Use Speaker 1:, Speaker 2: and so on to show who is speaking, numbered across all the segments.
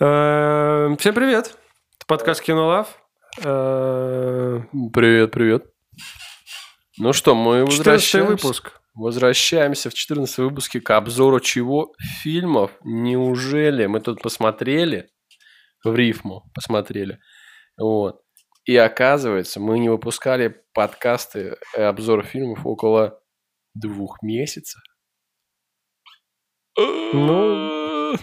Speaker 1: Э, Всем привет. Это подкаст Кинолав. Э,
Speaker 2: Привет, привет. Ну что, мы
Speaker 1: 14
Speaker 2: возвращаемся.
Speaker 1: выпуск.
Speaker 2: Возвращаемся в 14 выпуске к обзору чего? Фильмов? Неужели? Мы тут посмотрели, в рифму посмотрели. Вот. И оказывается, мы не выпускали подкасты и обзор фильмов около двух месяцев.
Speaker 1: Ну.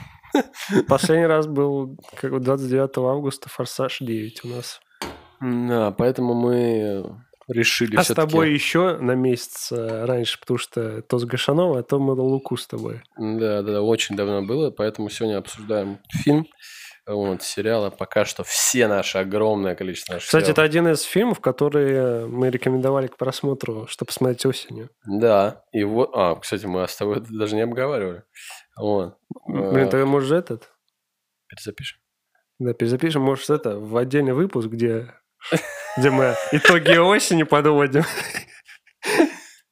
Speaker 1: Последний раз был как бы 29 августа «Форсаж 9» у нас.
Speaker 2: Да, поэтому мы решили
Speaker 1: а с
Speaker 2: всё-таки-
Speaker 1: тобой еще на месяц э, раньше, потому что то с Гашановой, а то мы на Луку с тобой.
Speaker 2: Да, да, да, очень давно было, поэтому сегодня обсуждаем фильм, вот, сериалы. Пока что все наши, огромное количество наших
Speaker 1: Кстати, это
Speaker 2: сериалов.
Speaker 1: один из фильмов, которые мы рекомендовали к просмотру, чтобы посмотреть осенью.
Speaker 2: Да, и вот... А, кстати, мы с тобой это даже не обговаривали. Вот,
Speaker 1: Блин,
Speaker 2: Э.
Speaker 1: ты можешь этот...
Speaker 2: перезапишем.
Speaker 1: Да, перезапишем, может, это в отдельный выпуск, где, где мы итоги осени подводим.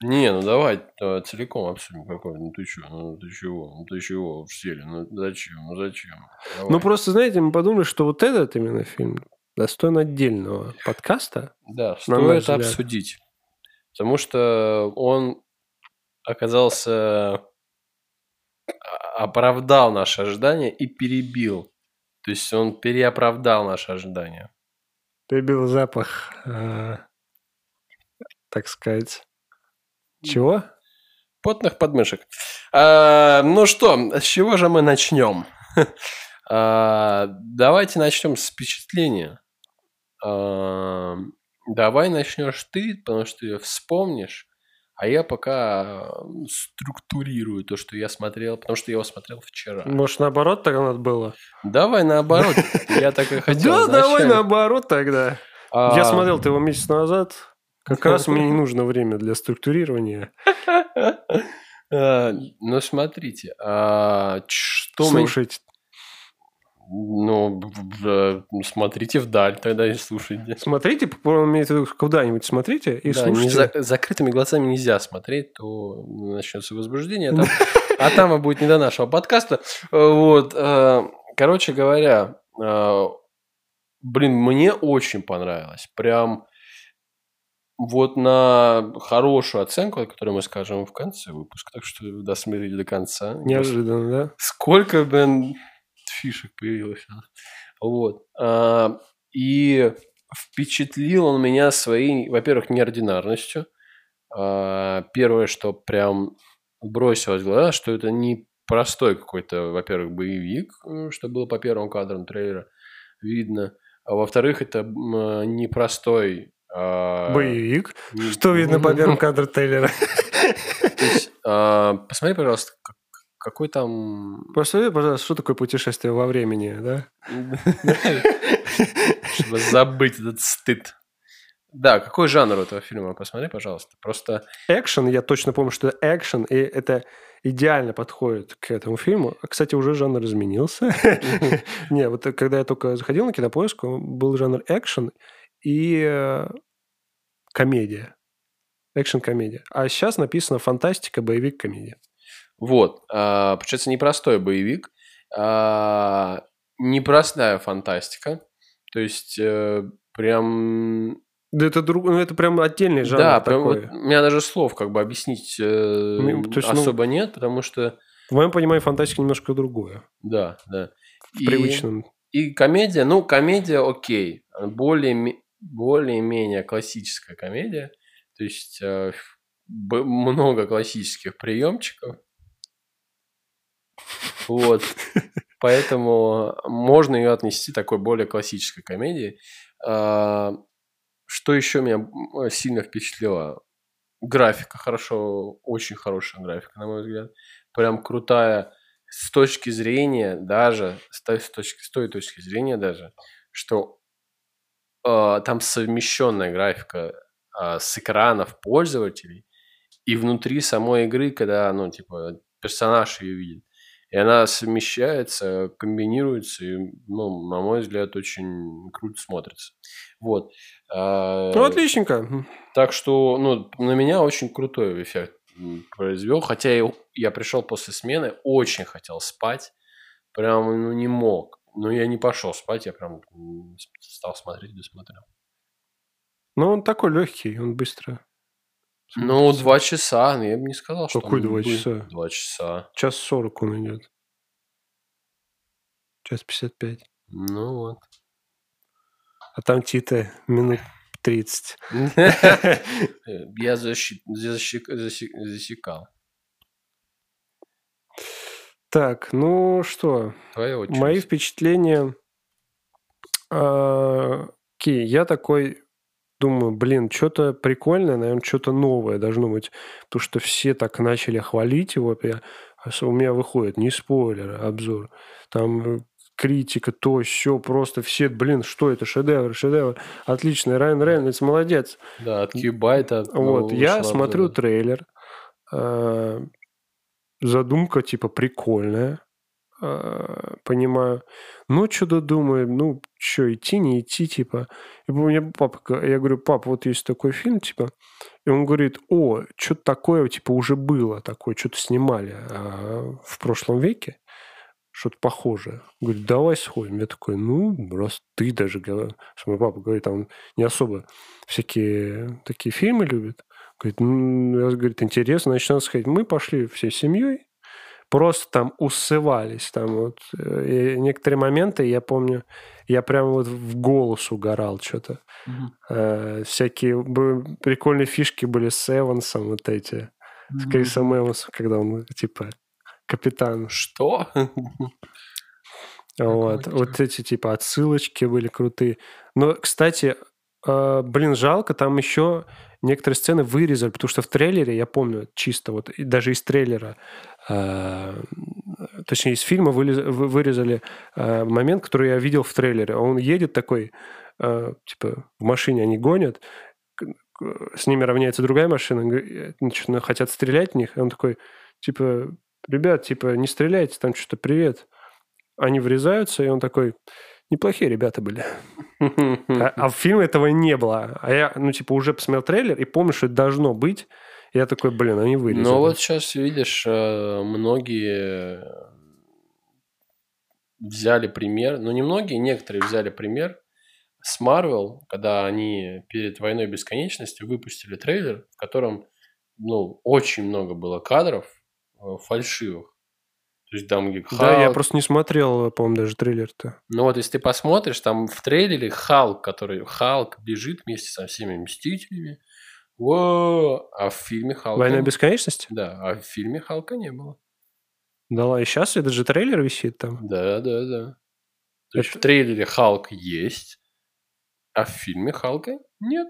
Speaker 2: Не, ну давай э, целиком обсудим какой. Ну ты чего, ну ты чего, ну ты чего в сели, ну зачем, ну зачем. Давай.
Speaker 1: Ну, просто, знаете, мы подумали, что вот этот именно фильм достоин отдельного подкаста.
Speaker 2: Да,
Speaker 1: на мой взгляд.
Speaker 2: стоит обсудить. Потому что он оказался... а- оправдал наши ожидания и перебил. То есть он переоправдал наши ожидания.
Speaker 1: Прибил запах, э, так сказать, чего?
Speaker 2: Потных подмышек. А, ну что, с чего же мы начнем? А, давайте начнем с впечатления. А, давай начнешь ты, потому что ты вспомнишь, а я пока структурирую то, что я смотрел, потому что я его смотрел вчера.
Speaker 1: Может, наоборот так надо было?
Speaker 2: Давай наоборот. Я так и хотел.
Speaker 1: Да, давай
Speaker 2: вначале.
Speaker 1: наоборот тогда.
Speaker 2: А,
Speaker 1: Я смотрел его месяц назад. Как раз мне не нужно время для структурирования.
Speaker 2: а, Ну, смотрите. а, ч- Что мы-
Speaker 1: Слушать.
Speaker 2: Ну, б- б- б- смотрите вдаль тогда и слушайте.
Speaker 1: Смотрите, он имеет в виду, куда-нибудь смотрите и
Speaker 2: Да, не
Speaker 1: слушайте.
Speaker 2: за- закрытыми глазами нельзя смотреть, то начнется возбуждение, а там, а там и будет не до нашего подкаста. Э, Вот, э, короче говоря, э, блин, мне очень понравилось. Прям вот на хорошую оценку, которую мы скажем в конце выпуска, так что досмотрите до конца.
Speaker 1: Неожиданно, да?
Speaker 2: Сколько, блин, фишек появилось. а? Вот. А, И впечатлил он меня своей, во-первых, неординарностью. А, Первое, что прям бросилось в глаза, что это не простой какой-то, во-первых, боевик, э, что было по первым кадрам трейлера видно. А во-вторых, это м, э, непростой... а,
Speaker 1: Боевик.
Speaker 2: не-
Speaker 1: Что видно по первым кадрам трейлера?
Speaker 2: То есть, а, Посмотри, пожалуйста, как- какой там
Speaker 1: Посмотри, пожалуйста, что такое путешествие во времени, да?
Speaker 2: Чтобы забыть этот стыд. Да, какой жанр у этого фильма? Посмотри, пожалуйста. Просто
Speaker 1: Экшен, я точно помню, что это экшен, и это идеально подходит к этому фильму. А, Кстати, уже жанр изменился. Не, вот когда я только заходил на кинопоиск, был жанр экшен и э, комедия. Экшен-комедия. А сейчас написано фантастика, боевик, комедия.
Speaker 2: вот. а, Получается, непростой боевик. а, Непростая фантастика. То есть, э, прям...
Speaker 1: Да это друг, ну это прям отдельный жанр
Speaker 2: Да, прям
Speaker 1: такой.
Speaker 2: вот у меня даже слов как бы объяснить э,
Speaker 1: Ну, то есть, ну-
Speaker 2: особо нет, потому что...
Speaker 1: В моем понимании фантастика немножко другое.
Speaker 2: Да, да.
Speaker 1: В
Speaker 2: И-
Speaker 1: привычном.
Speaker 2: И комедия, ну, комедия окей. Более, более-менее классическая комедия. То есть э, ф- б- много классических приемчиков. Вот. Поэтому можно ее отнести к такой более классической комедии. А, Что еще меня м, сильно впечатлило? Графика хорошо, очень хорошая графика, на мой взгляд. Прям крутая с точки зрения даже, с той, с точки, с той точки зрения даже, что э, там совмещенная графика э, с экранов пользователей и внутри самой игры, когда, ну, типа, персонаж ее видит. И она совмещается, комбинируется, и, ну, на мой взгляд, очень круто смотрится. Вот. А,
Speaker 1: Ну, отличненько.
Speaker 2: так что, ну, на меня очень крутой эффект м, произвел. Хотя я, я пришел после смены, очень хотел спать. Прям, ну, не мог. Но я не пошел спать, я прям м, стал смотреть, досмотрел.
Speaker 1: Но Ну, он такой легкий, он быстро.
Speaker 2: Ну, два часа, но я бы не сказал, что...
Speaker 1: Какой
Speaker 2: он
Speaker 1: два
Speaker 2: бы-
Speaker 1: часа?
Speaker 2: Два часа.
Speaker 1: Час сорок он идет. Час пятьдесят пять.
Speaker 2: Ну вот.
Speaker 1: А там Тита минут тридцать.
Speaker 2: Я защи- защи- заси- засекал.
Speaker 1: Так, ну что,
Speaker 2: Твоя очередь.
Speaker 1: мои впечатления... а, Ки, я такой думаю, блин, что-то прикольное, наверное, что-то новое должно быть. Потому что все так начали хвалить его. Я- а с- у меня выходит не спойлер, а обзор. Там э, критика, то, все, просто все, блин, что это, шедевр, шедевр. Отлично, Райан Рейнольдс молодец.
Speaker 2: Да, от Кьюбайта.
Speaker 1: Вот,
Speaker 2: нового
Speaker 1: я
Speaker 2: ну, вышла
Speaker 1: смотрю
Speaker 2: обзора.
Speaker 1: трейлер. э, Задумка, типа, прикольная. э, Понимаю. Ну, что-то думаю, ну, что, идти, не идти, типа. И у меня папа, га- я говорю, пап, вот есть такой фильм, типа. И он говорит, о, что-то такое, типа, уже было такое, что-то снимали а, в прошлом веке. Что-то похожее. Говорит, давай сходим. Я такой, ну, раз ты даже... говор- Что мой папа говорит, а он не особо всякие такие фильмы любит. Говорит, ну, раз, говорит, интересно, значит, надо сходить. Мы пошли всей семьей, просто там усывались. Там вот, э, и некоторые моменты, я помню, я прям вот в голос угорал что-то.
Speaker 2: Мгм.
Speaker 1: Э, всякие бы- прикольные фишки были с Эвансом вот эти, с Крисом Эвансом, когда он, типа, капитан.
Speaker 2: Что?
Speaker 1: Вот,
Speaker 2: Какого
Speaker 1: вот эти типа отсылочки были крутые. Но, кстати, э, блин, жалко, там еще некоторые сцены вырезали, потому что в трейлере, я помню, чисто вот, и даже из трейлера, э, точнее, из фильма вылез- вы- вырезали э, момент, который я видел в трейлере. Он едет такой, э, типа, в машине они гонят, к- к- с ними равняется другая машина, он говорит, э, значит, ну, хотят стрелять в них, и он такой, типа, ребят, типа, не стреляйте, там что-то привет. Они врезаются, и он такой, неплохие ребята были. А, а в фильме этого не было. А я, ну, типа, уже посмотрел трейлер и помню, что это должно быть. И я такой, блин, они вырезали.
Speaker 2: Ну вот сейчас, видишь, э, многие взяли пример, ну не многие, некоторые взяли пример с Marvel, когда они перед «Войной бесконечности» выпустили трейлер, в котором, ну, очень много было кадров э, фальшивых. То есть там, где
Speaker 1: Да, я
Speaker 2: Халк,
Speaker 1: просто не смотрел, по-моему, даже трейлер-то.
Speaker 2: Ну вот, если ты посмотришь, там в трейлере Халк, который Халк бежит вместе со всеми Мстителями. Во! А в фильме Халка...
Speaker 1: «Война
Speaker 2: не-
Speaker 1: бесконечности»?
Speaker 2: Да, а в фильме Халка не было.
Speaker 1: Да ладно, и сейчас это же трейлер висит там.
Speaker 2: Да, да, да. То есть
Speaker 1: Это-
Speaker 2: в трейлере Халк есть, а в фильме Халка нет.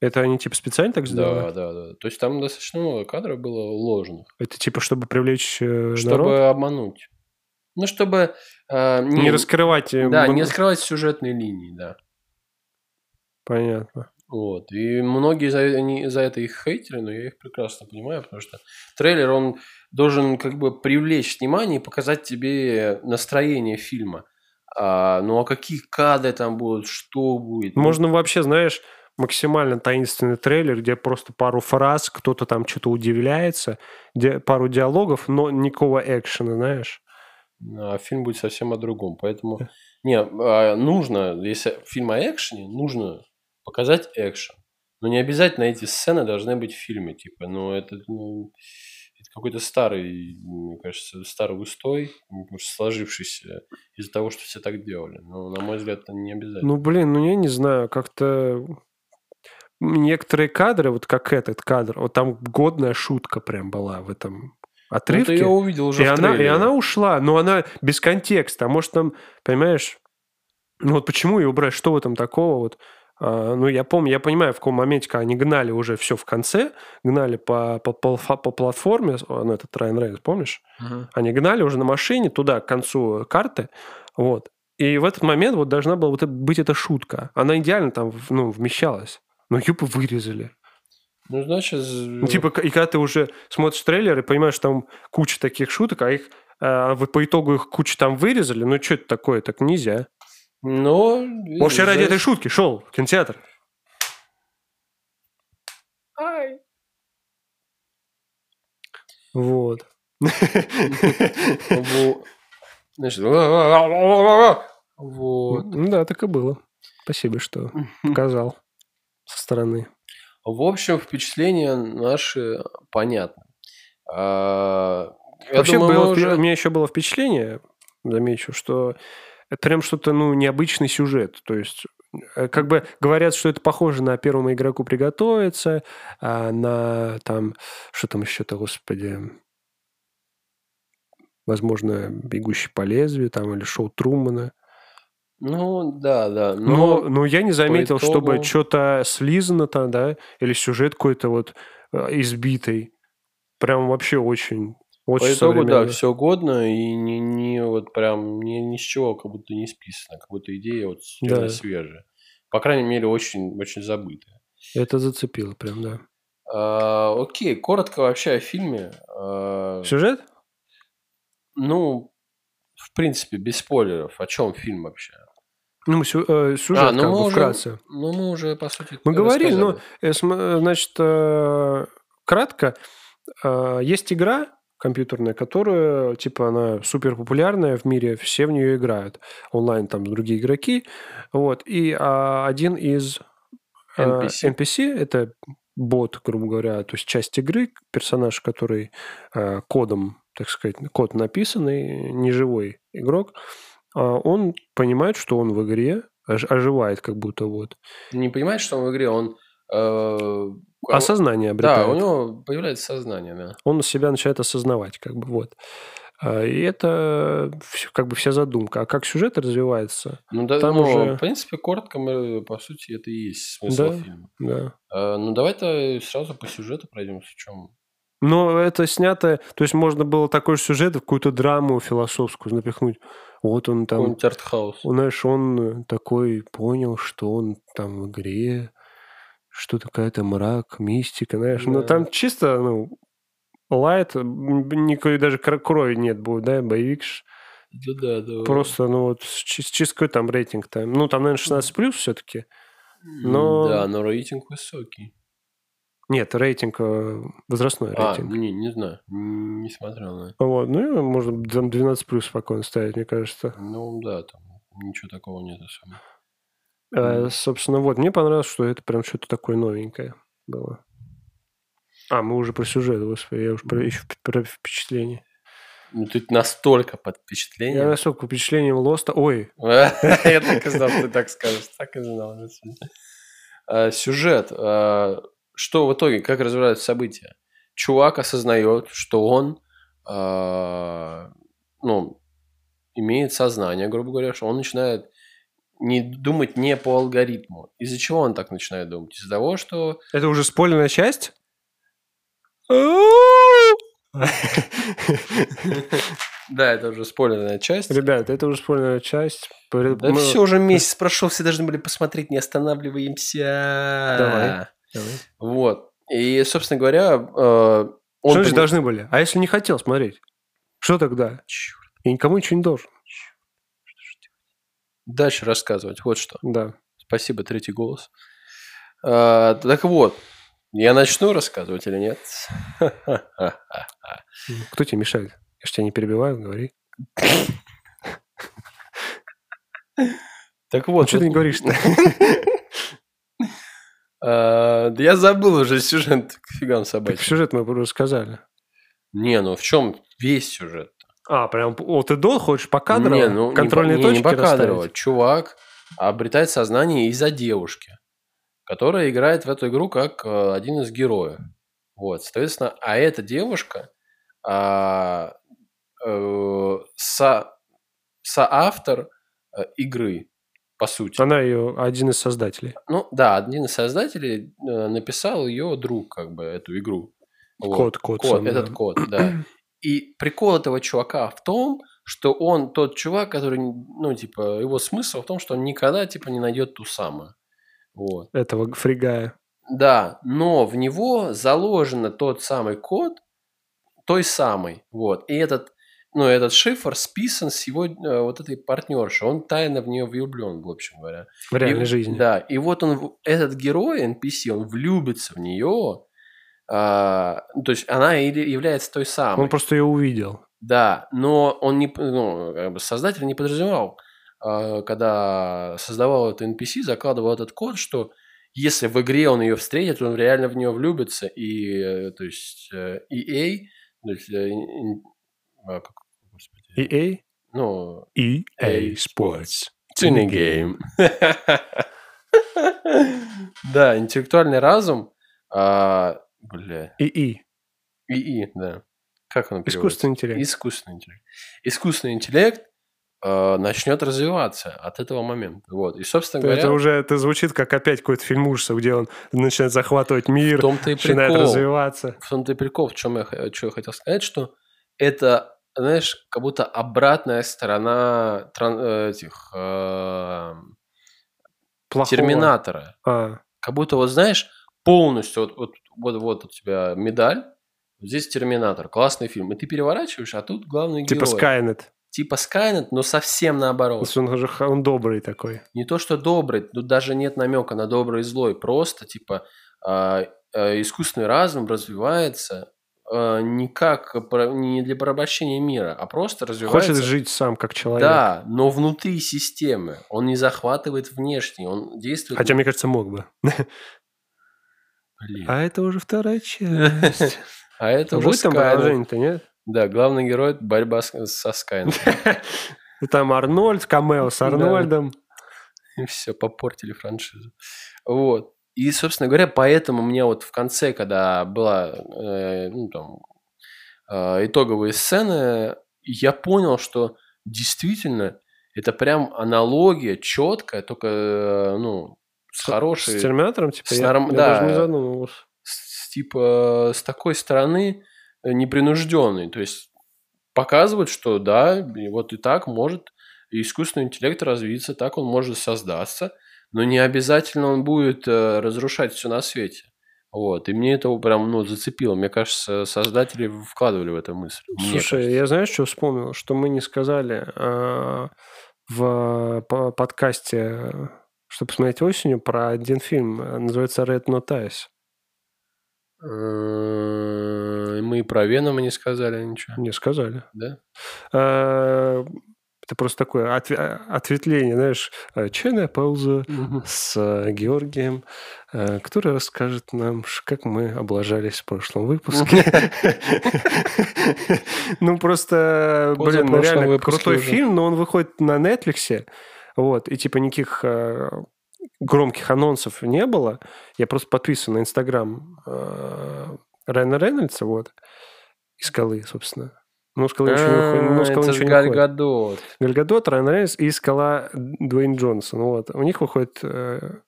Speaker 1: Это они, типа, специально так сделали?
Speaker 2: Да, да, да. То есть там достаточно много кадров было ложных,
Speaker 1: Это, типа, чтобы привлечь э,
Speaker 2: чтобы
Speaker 1: народ?
Speaker 2: обмануть. Ну, чтобы... э,
Speaker 1: Не раскрывать... э,
Speaker 2: Да,
Speaker 1: мон-
Speaker 2: не раскрывать сюжетные линии, да.
Speaker 1: Понятно.
Speaker 2: Вот. И многие за, они, за это их хейтеры, но я их прекрасно понимаю, потому что трейлер, он должен как бы привлечь внимание и показать тебе настроение фильма. А, ну, а какие кадры там будут, что будет? ну,
Speaker 1: Можно вообще, знаешь, максимально таинственный трейлер, где просто пару фраз, кто-то там что-то удивляется, где пару диалогов, но никакого экшена, знаешь.
Speaker 2: А фильм будет совсем о другом. Поэтому,
Speaker 1: Э.
Speaker 2: не, а, нужно, если фильм о экшене, нужно показать экшен. Но не обязательно эти сцены должны быть в фильме. Типа, ну, это, ну, это какой-то старый, мне кажется, старый устой, м, уж сложившийся из-за того, что все так делали. Но, на мой взгляд, это не обязательно.
Speaker 1: Ну, блин, ну я не знаю, как-то некоторые кадры, вот как этот кадр, вот там годная шутка прям была в этом
Speaker 2: Ну, это
Speaker 1: отрывке.
Speaker 2: я увидел уже
Speaker 1: и,
Speaker 2: в
Speaker 1: она, и
Speaker 2: трейлере.
Speaker 1: она ушла, но она без контекста. А может, там, понимаешь, ну вот почему ее убрать, что в этом такого? Вот, А, ну, я помню, я понимаю, в каком моменте, когда они гнали уже все в конце, гнали по, по, полфа- по платформе, о, ну, это Райан Рейнс, помнишь?
Speaker 2: Мгм.
Speaker 1: Они гнали уже на машине туда, к концу карты. Вот. И в этот момент вот должна была вот э- быть эта шутка. Она идеально там в- ну, вмещалась. Но юбы вырезали.
Speaker 2: Ну, значит...
Speaker 1: Ну, типа, к- и когда ты уже смотришь трейлер и понимаешь, что там куча таких шуток, а их э, вы- по итогу их кучу там вырезали, ну что это такое, так нельзя.
Speaker 2: Ну...
Speaker 1: Может, я ради
Speaker 2: значит-
Speaker 1: этой шутки шел в кинотеатр. Вот.
Speaker 2: Во- Значит, вот.
Speaker 1: Ну да, так и было. Спасибо, что показал со стороны.
Speaker 2: В общем, впечатления наши понятны. А, я
Speaker 1: Вообще,
Speaker 2: думаю,
Speaker 1: было
Speaker 2: мы
Speaker 1: впе-
Speaker 2: уже-
Speaker 1: у меня еще было впечатление, замечу, что это прям что-то, ну, необычный сюжет. То есть, э, как бы говорят, что это похоже на первому игроку приготовиться, а на там, что там еще-то, господи, возможно, бегущий по лезвию там или шоу Трумана.
Speaker 2: Ну, да, да.
Speaker 1: Но,
Speaker 2: Но,
Speaker 1: но я не заметил, чтобы
Speaker 2: итогу-
Speaker 1: что-то слизано там, да, или сюжет какой-то вот э, избитый. Прям вообще очень, очень
Speaker 2: по итогу, да,
Speaker 1: современно.
Speaker 2: все годно, и не, не вот прям ни, ни с чего как будто не списано, как будто идея вот
Speaker 1: Да.
Speaker 2: да. свежая. По крайней мере, очень, очень забытая.
Speaker 1: Это зацепило прям, да.
Speaker 2: А, окей, коротко вообще о фильме. А,
Speaker 1: Сюжет?
Speaker 2: ну, в принципе, без спойлеров. О чем фильм вообще?
Speaker 1: Ну, мы сю- э, сюжет
Speaker 2: А, ну
Speaker 1: как
Speaker 2: мы
Speaker 1: бы
Speaker 2: уже-
Speaker 1: вкратце.
Speaker 2: Ну, мы уже, по сути,
Speaker 1: Мы говорили,
Speaker 2: рассказали.
Speaker 1: ну, э, см- э, значит, э, кратко. э, Есть игра компьютерная, которая, типа, она супер популярная в мире, все в нее играют. Онлайн там другие игроки. Вот. И а, один из э,
Speaker 2: NPC.
Speaker 1: NPC это бот, грубо говоря, то есть часть игры, персонаж, который э, кодом, так сказать, код написанный, неживой игрок, а он понимает, что он в игре, ож- оживает как будто вот.
Speaker 2: не понимает, что он в игре, он... э,
Speaker 1: Осознание
Speaker 2: да,
Speaker 1: А обретает.
Speaker 2: у него появляется сознание, да.
Speaker 1: Он себя начинает осознавать, как бы, вот. А, И это вс- как бы вся задумка. А как сюжет развивается,
Speaker 2: Ну, да,
Speaker 1: Там
Speaker 2: ну,
Speaker 1: уже-
Speaker 2: в принципе, коротко, мы, по сути, это и есть смысл
Speaker 1: Да.
Speaker 2: фильма.
Speaker 1: да.
Speaker 2: Э, ну, давай-то сразу по сюжету пройдемся. В чем?
Speaker 1: Но это снято... То есть можно было такой же сюжет, в какую-то драму философскую напихнуть. Вот он там...
Speaker 2: Какой-нибудь артхаус.
Speaker 1: Знаешь, он такой понял, что он там в игре, что какая-то мрак, мистика, знаешь. Но
Speaker 2: Да.
Speaker 1: там чисто, ну, лайт, м, никакой даже кр- крови нет будет, да, боевик. ж.
Speaker 2: Да, да, да.
Speaker 1: Просто, ну, вот, чис- чисто какой там рейтинг там. Ну, там, наверное, 16 плюс все-таки. но-
Speaker 2: Да, но рейтинг высокий.
Speaker 1: Нет, рейтинг, э, возрастной
Speaker 2: А,
Speaker 1: рейтинг.
Speaker 2: не, не знаю. Не смотрел на это.
Speaker 1: Вот, ну, и можно там 12 плюс спокойно ставить, мне кажется.
Speaker 2: Ну, да, там ничего такого нет особо.
Speaker 1: Э,
Speaker 2: Мгм.
Speaker 1: собственно, вот, мне понравилось, что это прям что-то такое новенькое было. А, мы уже про сюжет, господи, я уже про, еще про впечатление.
Speaker 2: Ну, ты настолько под
Speaker 1: Я
Speaker 2: впечатлением.
Speaker 1: настолько впечатлением Лоста... Ой,
Speaker 2: Я так и знал, ты так скажешь. Так и знал. действительно. А, Сюжет. а, Что в итоге, как развиваются события? Чувак осознает, что он а, ну, имеет сознание, грубо говоря, что он начинает не думать не по алгоритму. Из-за чего он так начинает думать? Из-за того, что...
Speaker 1: это уже спойлерная часть?
Speaker 2: Да, это уже спойлерная часть.
Speaker 1: Ребят, это уже спойлерная часть. Пре-
Speaker 2: Да
Speaker 1: мы-
Speaker 2: все, уже месяц прошел, все должны были посмотреть, не останавливаемся.
Speaker 1: Давай. Давай.
Speaker 2: Вот. И, собственно говоря, э, он...
Speaker 1: Что значит
Speaker 2: пони-
Speaker 1: должны были? А если не хотел смотреть? Что тогда?
Speaker 2: Чёрт,
Speaker 1: Я никому ничего не должен.
Speaker 2: Дальше рассказывать. Вот что.
Speaker 1: Да.
Speaker 2: Спасибо, третий голос. Э, так вот, я начну рассказывать или нет?
Speaker 1: Кто тебе мешает? Я же тебя не перебиваю, говори.
Speaker 2: Так
Speaker 1: Вот,
Speaker 2: вот.
Speaker 1: что Ну, ты не
Speaker 2: вот-
Speaker 1: говоришь-то?
Speaker 2: Э, да я забыл уже сюжет к фигам
Speaker 1: Так
Speaker 2: собачьим.
Speaker 1: сюжет мы рассказали.
Speaker 2: Не, ну в чем весь сюжет?
Speaker 1: А, прям от и до хочешь по кадрово?
Speaker 2: Не, ну, не по-
Speaker 1: контрольные
Speaker 2: не,
Speaker 1: точки
Speaker 2: не по кадрово.
Speaker 1: расставить?
Speaker 2: Чувак обретает сознание из-за девушки, которая играет в эту игру как э, один из героев. Вот, соответственно, а эта девушка а, э, со- соавтор э, игры, по сути.
Speaker 1: Она ее один из создателей.
Speaker 2: Ну, да, один из создателей э, написал ее друг, как бы, эту игру. Вот.
Speaker 1: Код, код.
Speaker 2: Код,
Speaker 1: сам, да.
Speaker 2: этот код, да. И прикол этого чувака в том, что он тот чувак, который, ну, типа, его смысл в том, что он никогда, типа, не найдет ту самую. Вот.
Speaker 1: Этого фригая.
Speaker 2: Да, но в него заложен тот самый код, той самой, вот. И этот, ну, этот шифр списан с его э, вот этой партнерши. Он тайно в нее влюблен, в общем говоря.
Speaker 1: В реальной
Speaker 2: И-
Speaker 1: жизни.
Speaker 2: Да, и вот он, в- этот герой, NPC, он влюбится в нее, а, ну, то есть она или является той самой.
Speaker 1: Он просто ее увидел.
Speaker 2: Да, но он не, ну, как бы создатель не подразумевал, э, когда создавал эту NPC, закладывал этот код, что если в игре он ее встретит, он реально в нее влюбится, и, э, то есть, э, EA, то есть, э, ин- а, как, господи,
Speaker 1: EA?
Speaker 2: ну,
Speaker 1: EA Sports.
Speaker 2: Tuning Game. Да, интеллектуальный разум, а, бля,
Speaker 1: EE.
Speaker 2: ИИ, да. Как он переводится?
Speaker 1: Искусственный интеллект.
Speaker 2: Искусственный интеллект. Искусственный интеллект э, начнет развиваться от этого момента. Вот. И, собственно говоря,
Speaker 1: Это уже это звучит как опять какой-то фильм ужасов, где он начинает захватывать
Speaker 2: в
Speaker 1: мир,
Speaker 2: том-то и
Speaker 1: начинает
Speaker 2: прикол.
Speaker 1: развиваться.
Speaker 2: В том-то и прикол, в чем я, х- чё я хотел сказать, что это, знаешь, как будто обратная сторона тран- э, этих э,
Speaker 1: Плохого.
Speaker 2: терминатора.
Speaker 1: А,
Speaker 2: Как будто, вот знаешь, полностью вот, вот, вот, вот у тебя медаль, здесь терминатор, классный фильм. И ты переворачиваешь, а тут главный
Speaker 1: типа
Speaker 2: герой.
Speaker 1: Skynet.
Speaker 2: Типа Skynet, но совсем наоборот.
Speaker 1: Потому что Он, же х- он добрый такой.
Speaker 2: не то что добрый, тут даже нет намека на добрый и злой, просто типа а, а, искусственный разум развивается а, не как про- не для порабощения мира, а просто развивается.
Speaker 1: Хочет жить сам как человек.
Speaker 2: да, но внутри системы он не захватывает внешний, он действует.
Speaker 1: Хотя, мне кажется, мог бы.
Speaker 2: Блин.
Speaker 1: А это уже вторая часть.
Speaker 2: А это уже
Speaker 1: Будет там
Speaker 2: Skynet.
Speaker 1: продолжение-то, нет?
Speaker 2: Да, главный герой борьба с- со Skynet.
Speaker 1: И Ну, Там Арнольд, камео с
Speaker 2: Да.
Speaker 1: Арнольдом.
Speaker 2: И все, попортили франшизу. Вот. И, собственно говоря, поэтому мне вот в конце, когда была э, ну, там, э, итоговые сцены, я понял, что действительно это прям аналогия четкая, только э, ну, с хорошей,
Speaker 1: С
Speaker 2: с,
Speaker 1: Терминатором, типа,
Speaker 2: с
Speaker 1: я,
Speaker 2: норм-
Speaker 1: я
Speaker 2: да.
Speaker 1: даже не задумывался.
Speaker 2: с типа с такой стороны непринужденной. То есть показывать, что да, и вот и так может искусственный интеллект развиться, так он может создаться, но не обязательно он будет э, разрушать все на свете. Вот, и мне это прям, ну, зацепило. Мне кажется, создатели вкладывали в эту мысль. Мне
Speaker 1: Слушай,
Speaker 2: кажется.
Speaker 1: я знаешь, что вспомнил? Что мы не сказали а, в по- подкасте, что посмотреть осенью, про один фильм. а, Называется «Red No Ties».
Speaker 2: Э, Мы и про Венома не сказали ничего,
Speaker 1: Не сказали.
Speaker 2: да?
Speaker 1: А, Это просто такое отве- ответвление, знаешь, э, чайная пауза с э, Георгием, э, который расскажет нам, ш- как мы облажались в прошлом выпуске. Ну, просто,
Speaker 2: Позапрошлом
Speaker 1: блин, ну, реально
Speaker 2: выпуске
Speaker 1: крутой
Speaker 2: уже.
Speaker 1: фильм, но он выходит на Netflix, вот, и типа никаких э, громких анонсов не было. Я просто подписан на Инстаграм э, Райана Рейнольдса, вот, и Скалы, собственно. Ну, Скалы ничего не выходит.
Speaker 2: А,
Speaker 1: Ну, Скалы
Speaker 2: Это с
Speaker 1: ничего не
Speaker 2: Галь
Speaker 1: выходит.
Speaker 2: Гадот.
Speaker 1: Гальгадот, Райан Рейнольдс и скала Дуэйн Джонсон. Ну Вот. У них выходит э,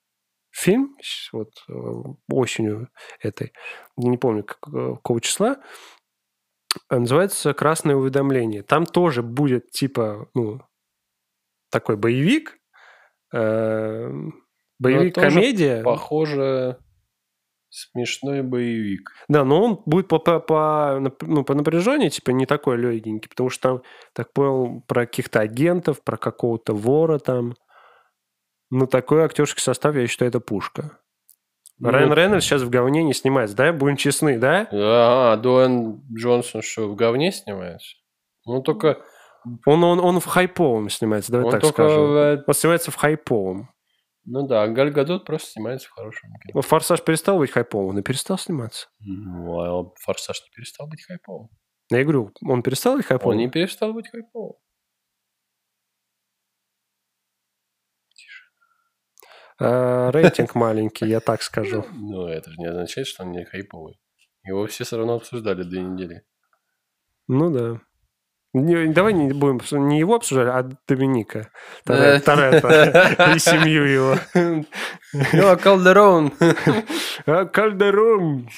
Speaker 1: фильм щ- вот, э, осенью этой, я не помню как- э, какого числа, А называется «Красное уведомление». Там тоже будет типа ну, такой боевик, э,
Speaker 2: тоже
Speaker 1: боевик-комедия.
Speaker 2: Похоже, смешной боевик.
Speaker 1: Да, но он будет по, по, по, нап- ну, по напряжению, типа, не такой легенький, потому что там, так понял, про каких-то агентов, про какого-то вора там. Ну, такой актерский состав, я считаю, это пушка.
Speaker 2: Ну,
Speaker 1: Райан
Speaker 2: это-
Speaker 1: Рейнольдс сейчас в говне не снимается, да? Будем честны, да?
Speaker 2: Да, а Дуэн Джонсон что, в говне снимается? Ну, только...
Speaker 1: Он, он, он в хайповом снимается, давай
Speaker 2: он
Speaker 1: так
Speaker 2: только
Speaker 1: скажем.
Speaker 2: э,
Speaker 1: Он снимается в хайповом.
Speaker 2: Ну да, Галь Гадот просто снимается в хорошем кино.
Speaker 1: Ну, Форсаж перестал быть хайповым, он и перестал сниматься.
Speaker 2: Ну, а Форсаж не перестал быть хайповым.
Speaker 1: Я и говорю, он перестал быть хайповым?
Speaker 2: Он не перестал быть хайповым.
Speaker 1: А, рейтинг маленький, я так скажу.
Speaker 2: Ну, это же не означает, что он не хайповый. Его все все равно обсуждали две недели.
Speaker 1: Ну да. Не- давай не будем обсу- не его обсуждать, а Доминика Торе-
Speaker 2: Э.
Speaker 1: Торетто и семью его.
Speaker 2: Ну, а Калдерон...
Speaker 1: А, Кальдерон!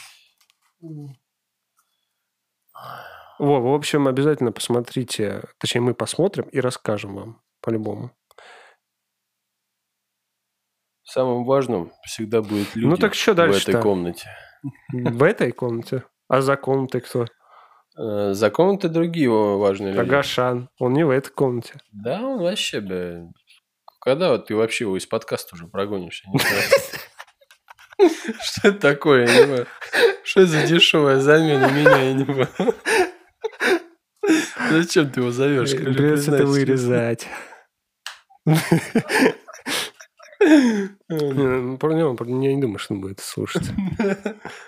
Speaker 1: Во, в общем, обязательно посмотрите, точнее, мы посмотрим и расскажем вам по-любому.
Speaker 2: Самым важным всегда будет люди
Speaker 1: Ну, так чё
Speaker 2: в этой
Speaker 1: дальше-то?
Speaker 2: комнате.
Speaker 1: В этой комнате? А за комнатой кто?
Speaker 2: Э, За комнаты другие важные люди.
Speaker 1: Агашан. Он не в этой комнате.
Speaker 2: Да, он вообще, бля... Когда вот ты вообще его из подкаста уже прогонишь? Я не знаю. Что это такое? Я не понимаю. Что это за дешевая замена меня? Я не понимаю. Зачем ты его зовешь?
Speaker 1: Придется это вырезать. Ну, Про него про меня не думаю, что он будет слушать.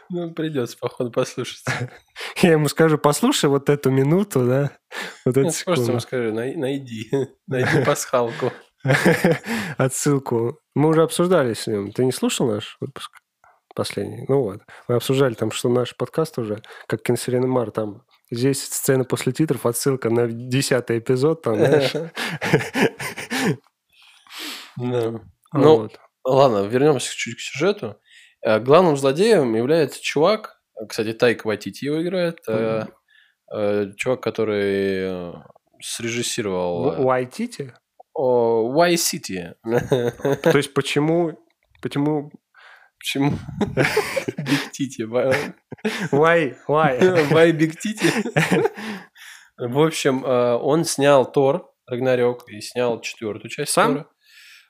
Speaker 2: Ну, придется, походу, послушать.
Speaker 1: Я ему скажу, послушай вот эту минуту, да, вот
Speaker 2: Ну,
Speaker 1: эту
Speaker 2: Просто
Speaker 1: секунду.
Speaker 2: ему скажи, най- найди, найди пасхалку.
Speaker 1: Отсылку. Мы уже обсуждали с ним. Ты не слушал наш выпуск последний? Ну вот. Мы обсуждали там, что наш подкаст уже, как Кинсеренмар, там здесь сцена после титров, отсылка на десятый эпизод, там, знаешь.
Speaker 2: Да. Ну,
Speaker 1: Вот.
Speaker 2: Ладно, вернемся чуть к сюжету. Э, Главным злодеем является чувак, э, кстати, Тайк Ватити его играет, э, э, чувак, который э,
Speaker 1: В-
Speaker 2: срежиссировал э,
Speaker 1: Уайтити?
Speaker 2: Y-City.
Speaker 1: То есть почему... Почему...
Speaker 2: Почему? Биг Тити.
Speaker 1: Why? Why?
Speaker 2: Why Big Titi? В общем, э, он снял Тор, Рагнарёк, и снял четвертую часть
Speaker 1: Сам?
Speaker 2: Тора.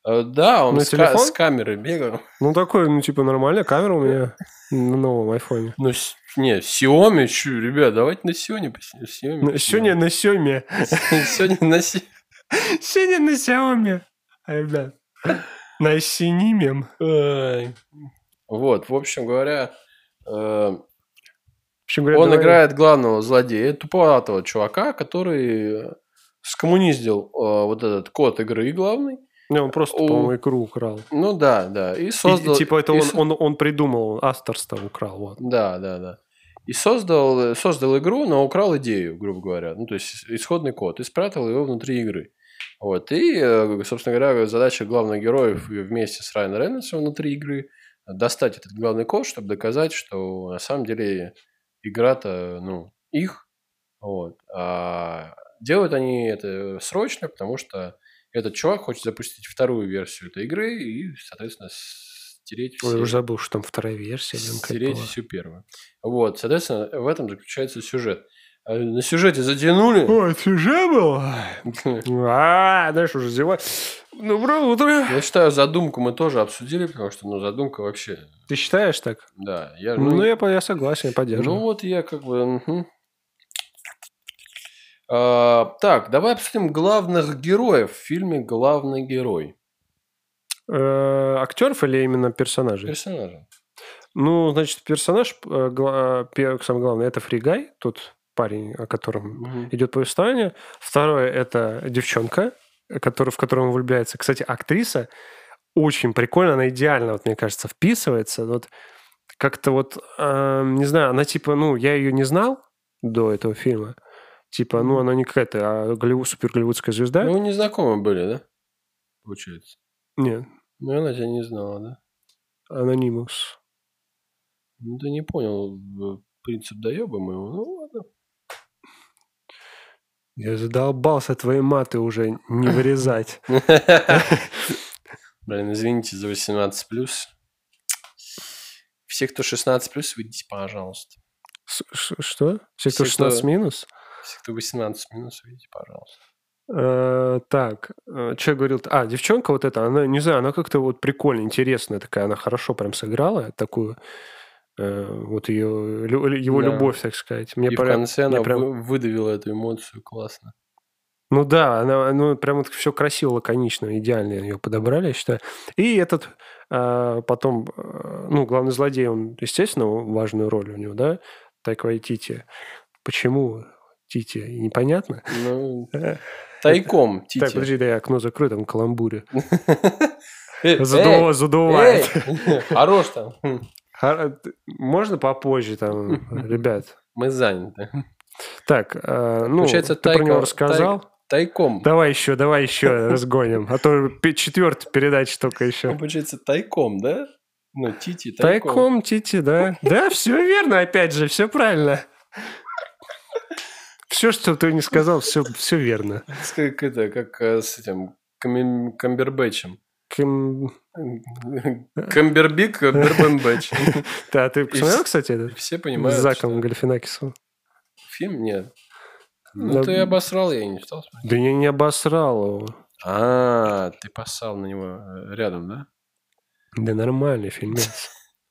Speaker 2: Э, Да, он
Speaker 1: На
Speaker 2: с ка-
Speaker 1: телефон?
Speaker 2: с камеры бегал.
Speaker 1: Ну, такой, ну, типа, нормальная камера у меня на новом айфоне.
Speaker 2: Ну, с- не, Xiaomi, чё, ребят, давайте на Сионе.
Speaker 1: Ну, Сегодня на Сёме.
Speaker 2: Сегодня на Си-
Speaker 1: Сегодня на Xiaomi. А, Ребят. На Синимем.
Speaker 2: Ай. Вот, в общем говоря, э,
Speaker 1: В общем, говоря,
Speaker 2: он
Speaker 1: давай-
Speaker 2: играет главного злодея, туповатого чувака, который э, скоммуниздил э, вот этот код игры главный.
Speaker 1: Не, он просто,
Speaker 2: у-
Speaker 1: по-моему, икру украл.
Speaker 2: Ну да, да, и
Speaker 1: И-
Speaker 2: создал...
Speaker 1: и, типа, это
Speaker 2: и
Speaker 1: он,
Speaker 2: со-
Speaker 1: он, он придумал, Астерс-то украл. Вот.
Speaker 2: Да, да, да. И создал, создал игру, но украл идею, грубо говоря. Ну, то есть исходный код. И спрятал его внутри игры. Вот. И, э, собственно говоря, задача главных героев и вместе с Райаном Рейнольдсом внутри игры достать этот главный код, чтобы доказать, что на самом деле игра-то, ну, их. Вот. А делают они это срочно, потому что этот чувак хочет запустить вторую версию этой игры и, соответственно, стереть
Speaker 1: Ой, я
Speaker 2: все-
Speaker 1: уже забыл, что там вторая версия. блин, какая
Speaker 2: стереть
Speaker 1: была.
Speaker 2: всю первую. Вот, соответственно, в этом заключается сюжет. А На сюжете затянули.
Speaker 1: Ой, это уже было? А, знаешь, уже зима. Доброе утро.
Speaker 2: Я считаю, задумку мы тоже обсудили, потому что, ну, задумка вообще,
Speaker 1: Ты считаешь так?
Speaker 2: да. Я, ну,
Speaker 1: Ну, я, по- я согласен, я
Speaker 2: ну,
Speaker 1: поддерживаю.
Speaker 2: вот я как бы... мгм. А, так, давай обсудим главных героев в фильме «Главный герой».
Speaker 1: Э, Актеров или именно персонажей?
Speaker 2: Персонажа.
Speaker 1: Ну, значит, персонаж, э, гла- пе- самое главное, это Фригай, тот парень, о котором
Speaker 2: Мгм.
Speaker 1: идет повествование. Второе – это девчонка, который, в которую он влюбляется. Кстати, актриса очень прикольно, она идеально, вот, мне кажется, вписывается. Вот как-то вот, эм, не знаю, она типа, ну, я ее не знал до этого фильма. Типа, ну, она не какая-то а голливуд, супер-голливудская звезда.
Speaker 2: Ну, вы незнакомы были, да? Получается.
Speaker 1: Нет,
Speaker 2: Ну, и она тебя не знала, да?
Speaker 1: анонимус.
Speaker 2: Ну, ты не понял э, принцип доеба моего. Ну, ладно.
Speaker 1: Я задолбался твои маты уже не вырезать.
Speaker 2: Блин, извините за 18 плюс. Все, кто 16 плюс, выйдите, пожалуйста.
Speaker 1: С- ш- Что? Все, кто
Speaker 2: Все, кто-
Speaker 1: 16 минус?
Speaker 2: Все, кто 18 минус, выйдите, пожалуйста.
Speaker 1: Э, Так, что я говорил-то? А, девчонка вот эта, она, не знаю, она как-то вот прикольно, интересная такая, она хорошо прям сыграла такую, э, вот ее, его
Speaker 2: Да.
Speaker 1: любовь, так сказать. Мне
Speaker 2: И в
Speaker 1: прям-
Speaker 2: конце
Speaker 1: мне
Speaker 2: она
Speaker 1: прям-
Speaker 2: вы- выдавила эту эмоцию классно.
Speaker 1: Ну да, она, ну, прям вот все красиво, лаконично, идеально ее подобрали, я считаю. И этот э, потом, э, ну, главный злодей, он, естественно, важную роль у него, да, Тайка Тити. Почему Тити, непонятно.
Speaker 2: Ну,
Speaker 1: Э,
Speaker 2: тайком, Тити.
Speaker 1: Так, подожди, да я окно закрою, там каламбуре.
Speaker 2: Эй,
Speaker 1: Задува-
Speaker 2: Э, эй,
Speaker 1: задувает.
Speaker 2: эй, Хорош там. Хм,
Speaker 1: Хар- э, т- Можно попозже там, ребят?
Speaker 2: Мы заняты.
Speaker 1: Так, э, ну,
Speaker 2: Получается,
Speaker 1: ты про
Speaker 2: Тайка-
Speaker 1: него рассказал.
Speaker 2: Тайком.
Speaker 1: Давай еще, давай еще разгоним. А то четвертая передача только
Speaker 2: Ну,
Speaker 1: еще.
Speaker 2: Получается, тайком, да? Ну, Тити, тайком.
Speaker 1: Тайком, Тити, да. Да, все верно, опять же, все правильно. Все, что ты не сказал, все, все верно.
Speaker 2: С- Как это, как э, с этим Камин- Камбербэтчем.
Speaker 1: Кем-
Speaker 2: Камбербик, Камбербэмбэч.
Speaker 1: Да, ты посмотрел,
Speaker 2: с-
Speaker 1: кстати, этот?
Speaker 2: Все
Speaker 1: С
Speaker 2: понимают,
Speaker 1: Заком Галифинакисом.
Speaker 2: что фильм нет.
Speaker 1: Да.
Speaker 2: Ну, ты обосрал, я не стал смотреть.
Speaker 1: Да я не обосрал его.
Speaker 2: А, ты посал на него э, рядом, да?
Speaker 1: Да нормальный фильм.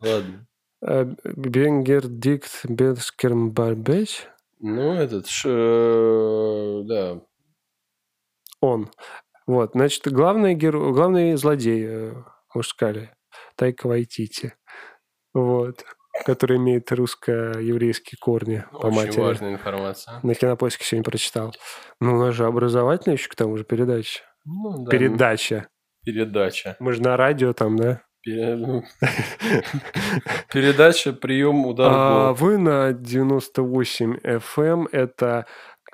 Speaker 2: Ладно.
Speaker 1: Э, Бенгер Дикт Бескерм Барбеч.
Speaker 2: Ну, этот, ш- э, да,
Speaker 1: Он. Вот, значит, главный, геро... главный злодей э, Мускали, Тайка Вайтити, вот, который имеет русско-еврейские корни по
Speaker 2: очень
Speaker 1: матери.
Speaker 2: важная информация.
Speaker 1: На кинопоиске сегодня прочитал. Ну, у нас же образовательная еще к тому же передача.
Speaker 2: Ну, да,
Speaker 1: Передача.
Speaker 2: Передача.
Speaker 1: Мы же на радио там, да?
Speaker 2: Пере- ну. Передача, прием, удар,
Speaker 1: А,
Speaker 2: гол.
Speaker 1: вы на 98 FM. эм, Это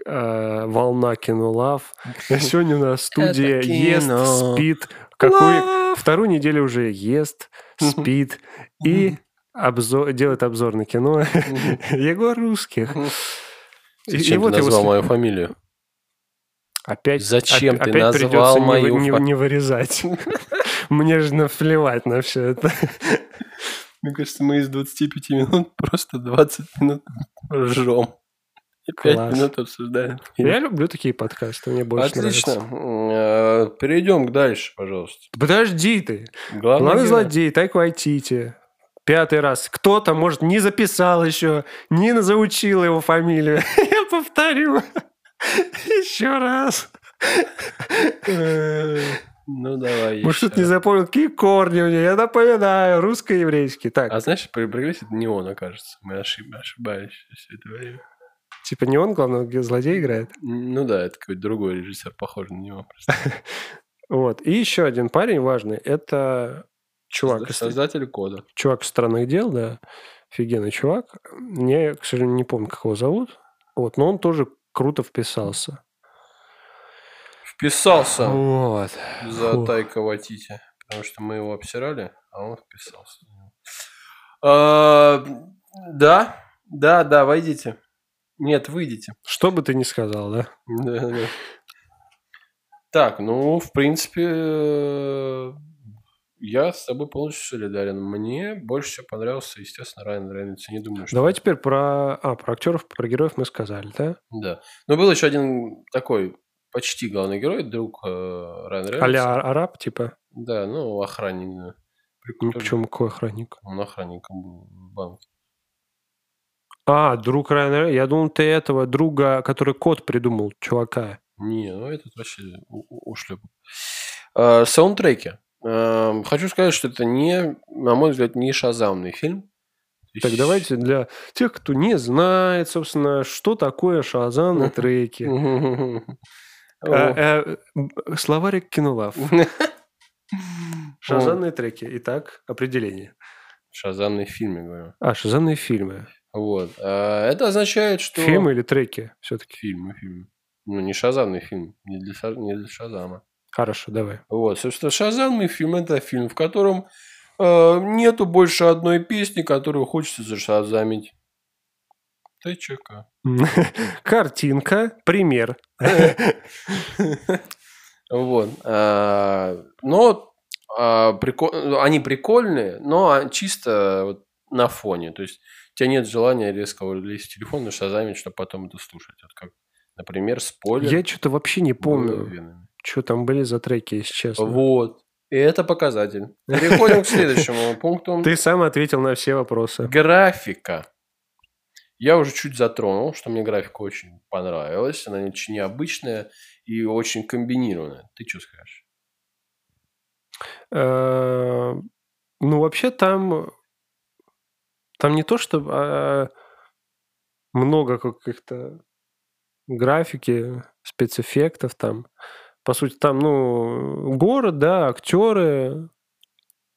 Speaker 1: э, волна кинолав. На сегодня у нас студия
Speaker 2: Это
Speaker 1: ест,
Speaker 2: кино.
Speaker 1: спит. Какую вторую неделю уже ест, спит и обзор, делает обзор на кино. Егор Русских. И- и
Speaker 2: Зачем ты
Speaker 1: вот его
Speaker 2: назвал
Speaker 1: с-
Speaker 2: мою фамилию?
Speaker 1: Опять,
Speaker 2: Зачем
Speaker 1: опя-
Speaker 2: ты
Speaker 1: опять
Speaker 2: назвал
Speaker 1: придется не вы-
Speaker 2: мою
Speaker 1: не,
Speaker 2: фа-
Speaker 1: не вырезать. Мне же наплевать на все это.
Speaker 2: Мне кажется, мы из 25 минут просто 20 минут ржем. И пять
Speaker 1: Класс.
Speaker 2: минут обсуждаем.
Speaker 1: Я люблю такие подкасты, мне больше
Speaker 2: Отлично.
Speaker 1: нравится.
Speaker 2: Э, Перейдем к дальше, пожалуйста.
Speaker 1: Подожди ты.
Speaker 2: Главный
Speaker 1: Главный
Speaker 2: герой.
Speaker 1: злодей, Тайку Айтити. Пятый раз. Кто-то, может, не записал еще, не заучил его фамилию. Я повторю. Еще раз.
Speaker 2: Э, Ну, давай. я
Speaker 1: Может,
Speaker 2: щас.
Speaker 1: что-то не запомнил, какие корни у него. Я напоминаю, русско-еврейский. Так,
Speaker 2: А знаешь, при прогрессе это не он, окажется. Мы ошиб- ошибались все это время.
Speaker 1: типа не он главного ге- злодея играет.
Speaker 2: Ну да, это какой-то другой режиссер, похожий на него. просто.
Speaker 1: Вот. И еще один парень важный. Это чувак
Speaker 2: Созда-
Speaker 1: из
Speaker 2: Создатель кода.
Speaker 1: чувак из странных дел, да, офигенный чувак. Я, к сожалению, не помню, как его зовут. Вот, но он тоже круто вписался.
Speaker 2: Вписался
Speaker 1: Вот.
Speaker 2: за
Speaker 1: Фу.
Speaker 2: Тайка Ватити, потому что мы его обсирали, а он вписался. А, Да, да, да, войдите. Нет, выйдите.
Speaker 1: Что бы ты ни сказал, да?
Speaker 2: Да, да. Так, ну, в принципе, э, я с тобой полностью солидарен. Мне больше всего понравился, естественно, Райан Рейнольдс. Я не думаю, что...
Speaker 1: Давай теперь про... А, про актеров, про героев мы сказали, да?
Speaker 2: Да. Но был еще один такой почти главный герой, друг э, Райан Рейнольдса.
Speaker 1: Аля араб, типа.
Speaker 2: Да, ну, охранник. да.
Speaker 1: Ну,
Speaker 2: Прикольно.
Speaker 1: почему какой охранник?
Speaker 2: Он охранником был в банке.
Speaker 1: А, друг Райана. Я думал, ты этого друга, который кот придумал, чувака.
Speaker 2: Не, ну этот вообще у- у- ушлеп. Э, Саундтреки. Эм, Хочу сказать, что это не, на мой взгляд, не шазамный фильм. То
Speaker 1: Так,
Speaker 2: есть-
Speaker 1: давайте для тех, кто не знает, собственно, что такое шазан и треки.
Speaker 2: О.
Speaker 1: Э, э, м, Словарик кинулав. Шазанные треки. Итак, определение.
Speaker 2: Шазамный фильм, я говорю.
Speaker 1: А, шазанные фильмы.
Speaker 2: Вот. А, Это означает, что...
Speaker 1: Фильмы или треки все-таки?
Speaker 2: Фильмы, фильмы. Ну, не шазамный фильм. Не для, Ша- не для шазама.
Speaker 1: Хорошо, давай.
Speaker 2: Вот, собственно, «Шазамный фильм» – это фильм, в котором э, нету больше одной песни, которую хочется зашазамить. Ты чё, ка?
Speaker 1: Картинка, пример.
Speaker 2: Вот. а, но а, прико- они прикольные, но а, чисто вот на фоне. То есть у тебя нет желания резко лезть в телефон и шазамить, чтобы потом это слушать. Вот как, например, спойлер. Ну,
Speaker 1: Я что-то вообще не
Speaker 2: был
Speaker 1: помню,
Speaker 2: Венами.
Speaker 1: что там были за треки, если честно.
Speaker 2: Вот. И это показатель. Переходим к следующему пункту.
Speaker 1: Ты сам ответил на все вопросы.
Speaker 2: Графика. Я уже чуть затронул, что мне графика очень понравилась. Она очень необычная и очень комбинированная. Ты что скажешь?
Speaker 1: Э, Ну, вообще там... Там не то, что а, много каких-то графики, спецэффектов там. По сути, там, ну, город, да, актеры.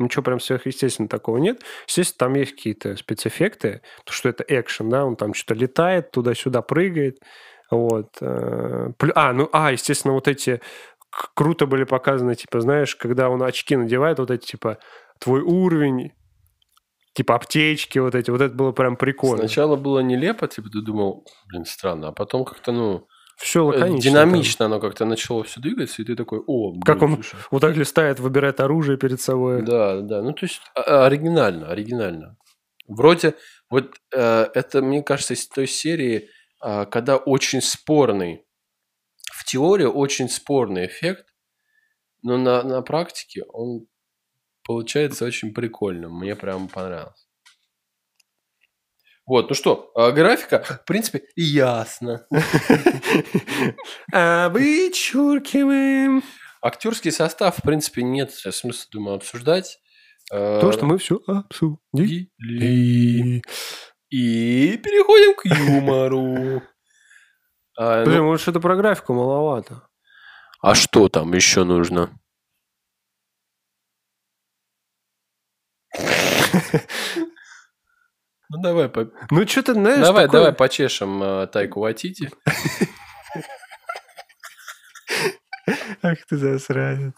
Speaker 1: Ничего прям сверхъестественного такого нет. Естественно, там есть какие-то спецэффекты, потому что это экшен, да, он там что-то летает, туда-сюда прыгает. Вот. э, плю- А, ну, а, естественно, вот эти к- круто были показаны, типа, знаешь, когда он очки надевает, вот эти, типа, твой уровень, типа, аптечки вот эти, вот это было прям прикольно.
Speaker 2: Сначала было нелепо, типа ты думал, блин, странно, а потом как-то, ну,
Speaker 1: Все
Speaker 2: э,
Speaker 1: лаконично.
Speaker 2: динамично оно как-то начало все двигаться, и ты такой, о, блин,
Speaker 1: Как он-
Speaker 2: слушай».
Speaker 1: там. Вот так листает, выбирает оружие перед собой.
Speaker 2: Да, да, ну то есть а- а, оригинально, оригинально. Вроде вот э, это, мне кажется, из той серии, а, когда очень спорный, в теории очень спорный эффект, но на, на практике он получается очень прикольным. Мне прям понравился. Вот, ну что, а, графика, в принципе, ясно.
Speaker 1: А вычеркиваем.
Speaker 2: Актерский состав, в принципе, нет сейчас смысла, думаю, обсуждать. А,
Speaker 1: То, что мы все обсудили.
Speaker 2: И переходим к юмору. А, ну,
Speaker 1: Блин, вот что-то про графику маловато.
Speaker 2: а что там еще нужно? Ну давай, по-
Speaker 1: Ну, что-то, знаешь,
Speaker 2: давай,
Speaker 1: такое-
Speaker 2: давай почешем э, Тайку Ватити.
Speaker 1: Ах ты засранец.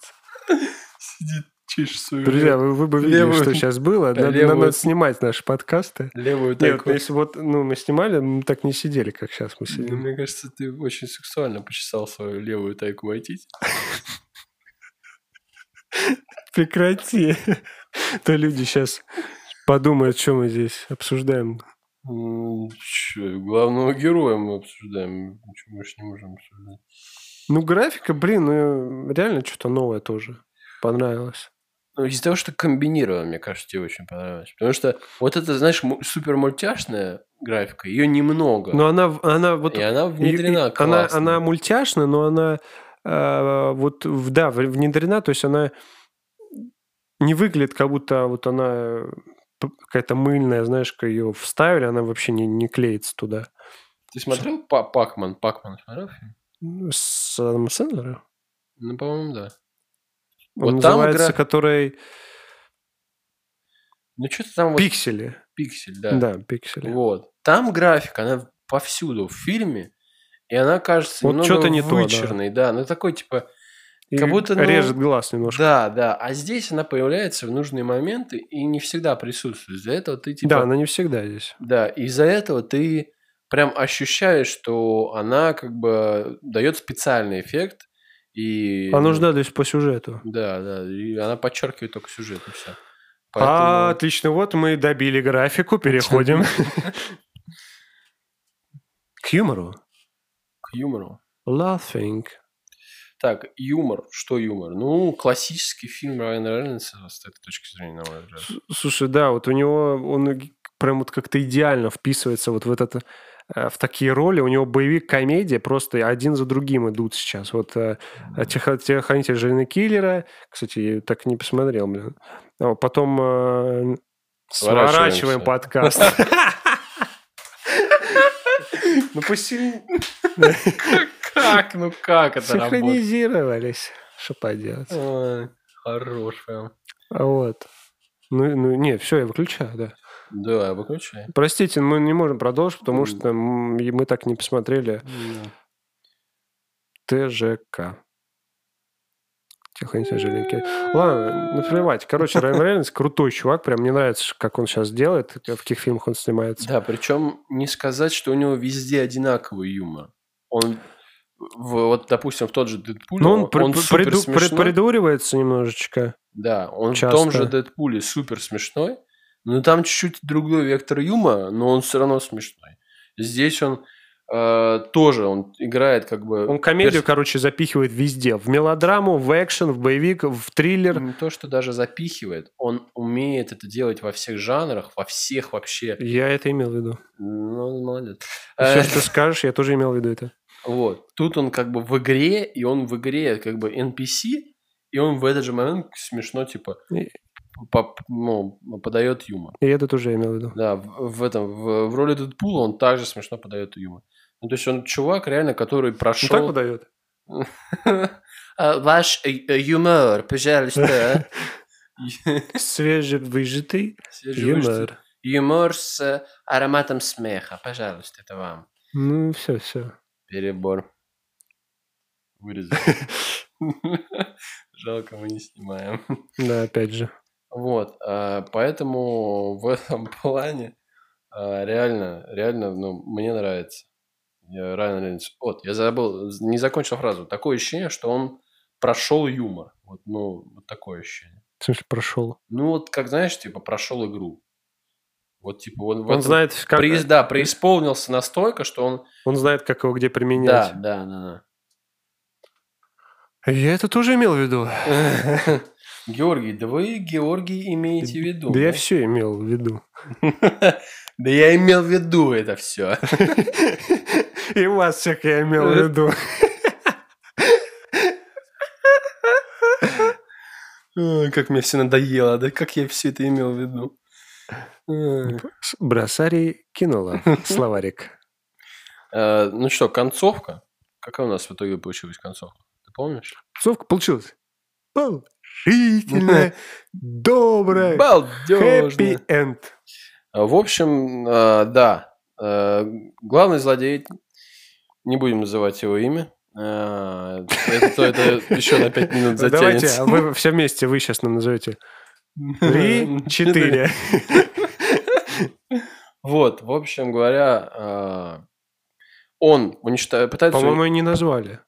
Speaker 2: Сидит, чешет свою
Speaker 1: Друзья, вы, вы бы видели,
Speaker 2: Левую-
Speaker 1: что сейчас было. Надо,
Speaker 2: левую-
Speaker 1: нам надо снимать наши подкасты.
Speaker 2: левую
Speaker 1: Нет,
Speaker 2: Тайку.
Speaker 1: ну, если вот ну, мы снимали, мы так не сидели, как сейчас мы
Speaker 2: Ну,
Speaker 1: сидим.
Speaker 2: Мне кажется, ты очень сексуально почесал свою левую Тайку Ватити.
Speaker 1: Прекрати. То люди сейчас подумают, что мы здесь обсуждаем.
Speaker 2: Ну, чё, главного героя мы обсуждаем. Ничего больше не можем обсуждать.
Speaker 1: Ну, графика, блин, ну, реально что-то новое тоже понравилось.
Speaker 2: Ну, из-за того, что комбинировано, мне кажется, тебе очень понравилось. Потому что вот это, знаешь, му- супер мультяшная графика, ее немного.
Speaker 1: Но она, в- она вот...
Speaker 2: и а она
Speaker 1: Ну, а
Speaker 2: внедрена
Speaker 1: и- и- она,
Speaker 2: классно.
Speaker 1: она мультяшная, но она э, вот, в- да, в- внедрена, то есть она не выглядит, как будто вот она п- какая-то мыльная, знаешь, ее вставили, она вообще не, не клеится туда.
Speaker 2: Ты смотрел Па- Пакман? Пакман смотрел? фильм?
Speaker 1: С Адамом Сэндлером?
Speaker 2: Ну, по-моему, да.
Speaker 1: Он
Speaker 2: Вот там
Speaker 1: называется,
Speaker 2: игра-
Speaker 1: который...
Speaker 2: Ну, что-то там вот
Speaker 1: Пиксели.
Speaker 2: пиксель, да.
Speaker 1: Да, пиксели.
Speaker 2: Вот. Там графика, она повсюду в фильме, и она кажется
Speaker 1: Вот
Speaker 2: немного
Speaker 1: чё-то не то, да.
Speaker 2: вычурной, да. Ну, такой, типа,
Speaker 1: И
Speaker 2: Как будто, ну,
Speaker 1: режет глаз немножко.
Speaker 2: Да, да. А здесь она появляется в нужные моменты и не всегда присутствует. Из-за этого ты типа...
Speaker 1: Да, она не всегда здесь.
Speaker 2: да, из-за этого ты прям ощущаешь, что она как бы дает специальный эффект. И... ну
Speaker 1: А нужна здесь по сюжету.
Speaker 2: Да, да. И она подчеркивает только сюжет и все.
Speaker 1: А, отлично, вот мы добили графику, переходим к юмору.
Speaker 2: к юмору.
Speaker 1: Laughing.
Speaker 2: Так, юмор. Что юмор? Ну, классический фильм Райана Рейнольдса с этой точки зрения, на мой взгляд.
Speaker 1: С- Слушай, да, вот у него он г- прям вот как-то идеально вписывается вот в этот э, в такие роли. У него боевик, комедия просто один за другим идут сейчас. Вот э, «Тихо- «Телохранитель Желина Киллера», кстати, я так и не посмотрел, блин. А Потом э, сворачиваем
Speaker 2: Сворачиваемся.
Speaker 1: подкаст. Ну, посильнее.
Speaker 2: Как? Ну как это работает?
Speaker 1: Синхронизировались. Что поделать.
Speaker 2: Ой, Хорош прям.
Speaker 1: А Вот. Ну, ну, не, все, я выключаю, да.
Speaker 2: Да, выключай.
Speaker 1: Простите, мы не можем продолжить, потому
Speaker 2: М.
Speaker 1: что м, и мы так не посмотрели ТЖК. Тихо, не тяжеленький. Ладно, ну плевать. Короче, Райан Рейнольдс крутой чувак. Прям мне нравится, как он сейчас делает, э, в каких фильмах он снимается.
Speaker 2: Да, причем не сказать, что у него везде одинаковый юмор. Он, в- вот, допустим, в тот же Дэдпуле,
Speaker 1: Но Ну, он,
Speaker 2: он,
Speaker 1: пр-
Speaker 2: он
Speaker 1: пр-
Speaker 2: супер
Speaker 1: приду- пр-
Speaker 2: смешной.
Speaker 1: придуривается немножечко.
Speaker 2: Да, он
Speaker 1: часто.
Speaker 2: в том же Дэдпуле супер смешной, но там чуть-чуть другой вектор юмора, но он все равно смешной. Здесь он э, тоже, он играет как бы...
Speaker 1: Он комедию,
Speaker 2: перс-
Speaker 1: короче, запихивает везде. В мелодраму, в экшен, в боевик, в триллер.
Speaker 2: не то, что даже запихивает, он умеет это делать во всех жанрах, во всех вообще.
Speaker 1: Я это имел в виду.
Speaker 2: Ну, он молодец.
Speaker 1: Все,
Speaker 2: Э,
Speaker 1: что скажешь, я тоже имел в виду это.
Speaker 2: Вот. Тут он как бы в игре, и он в игре как бы NPC, и он в этот же момент смешно, типа,
Speaker 1: И-
Speaker 2: по- ну, подает юмор.
Speaker 1: И это тоже я имел в виду.
Speaker 2: Да, в, в этом, в, в роли Дэдпула он также смешно подает юмор. Ну, то есть он чувак, реально, который
Speaker 1: Ну, так
Speaker 2: прошел...
Speaker 1: подает.
Speaker 2: А, Ваш э, э, юмор, пожалуйста.
Speaker 1: Свежевыжатый
Speaker 2: Свежевыжатый
Speaker 1: юмор.
Speaker 2: Юмор с э, ароматом смеха, пожалуйста, это вам.
Speaker 1: Ну, все, все.
Speaker 2: Перебор. Вырезать. Жалко, мы не снимаем.
Speaker 1: Да, опять же.
Speaker 2: Вот, а, поэтому в этом плане а, реально, реально, ну, мне нравится. Я Райан Рейнольдс. Вот, я забыл, не закончил фразу. Такое ощущение, что он прошел юмор. Вот, ну, вот такое ощущение.
Speaker 1: В смысле, прошел.
Speaker 2: Ну, вот, как знаешь, типа, прошел игру. Вот, э, типа, он, в
Speaker 1: Он
Speaker 2: этом
Speaker 1: знает, как,
Speaker 2: преис- да, преисполнился настолько, что он...
Speaker 1: он знает, как его где
Speaker 2: Да,
Speaker 1: применять.
Speaker 2: да, да,
Speaker 1: Я это тоже имел в виду.
Speaker 2: да. Георгий, да вы, Георгий, имеете в виду.
Speaker 1: Да я все имел в виду.
Speaker 2: Да я имел в виду это все.
Speaker 1: И вас всех я имел в
Speaker 2: Э.
Speaker 1: виду.
Speaker 2: Ой, Как мне все надоело, да как я все это имел в виду. Ой.
Speaker 1: Бросарий кинула словарик.
Speaker 2: Э, Ну что, концовка? Какая у нас в итоге получилась концовка? Ты помнишь?
Speaker 1: Совка получилась. Положительная, добрая,
Speaker 2: Балдежно.
Speaker 1: хэппи-энд.
Speaker 2: А, В общем, а, да. э, Главный злодей, не будем называть его имя. а, Это, то- это еще на 5 минут
Speaker 1: Давайте, а
Speaker 2: затянется.
Speaker 1: вы все вместе, вы сейчас нам назовете.
Speaker 2: а,
Speaker 1: Три,
Speaker 2: Э,
Speaker 1: четыре.
Speaker 2: Вот, в общем говоря, а, он уничтожает... Пытается...
Speaker 1: По-моему, и не назвали.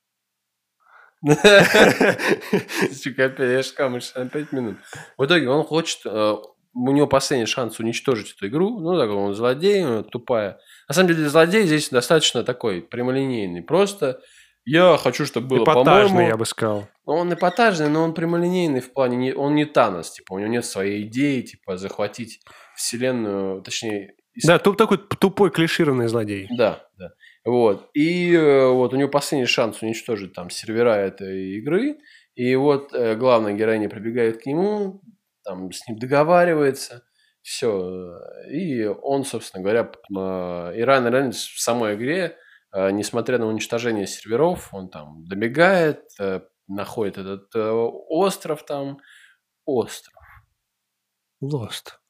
Speaker 2: Чё, Капец, камыш, на 5 минут. В итоге он хочет... э, У него последний шанс уничтожить эту игру. Ну, такой он злодей, он тупая. На самом деле, злодей здесь достаточно такой прямолинейный. Просто я хочу, чтобы было
Speaker 1: Эпатажный, я
Speaker 2: по-моему.
Speaker 1: бы сказал.
Speaker 2: Ну, Он эпатажный, но он прямолинейный в плане... не- Он не Танос, типа, у него нет своей идеи, типа, захватить вселенную, точнее, из-
Speaker 1: Да, тут такой тупой клишированный злодей.
Speaker 2: да, да. Вот. И э, вот у него последний шанс уничтожить там сервера этой игры. И вот э, главная героиня прибегает к нему, там с ним договаривается, все. И он, собственно говоря, п- э, и рано или рано в самой игре, э, несмотря на уничтожение серверов, он там добегает, э, находит этот э, остров там. Остров.
Speaker 1: Лост.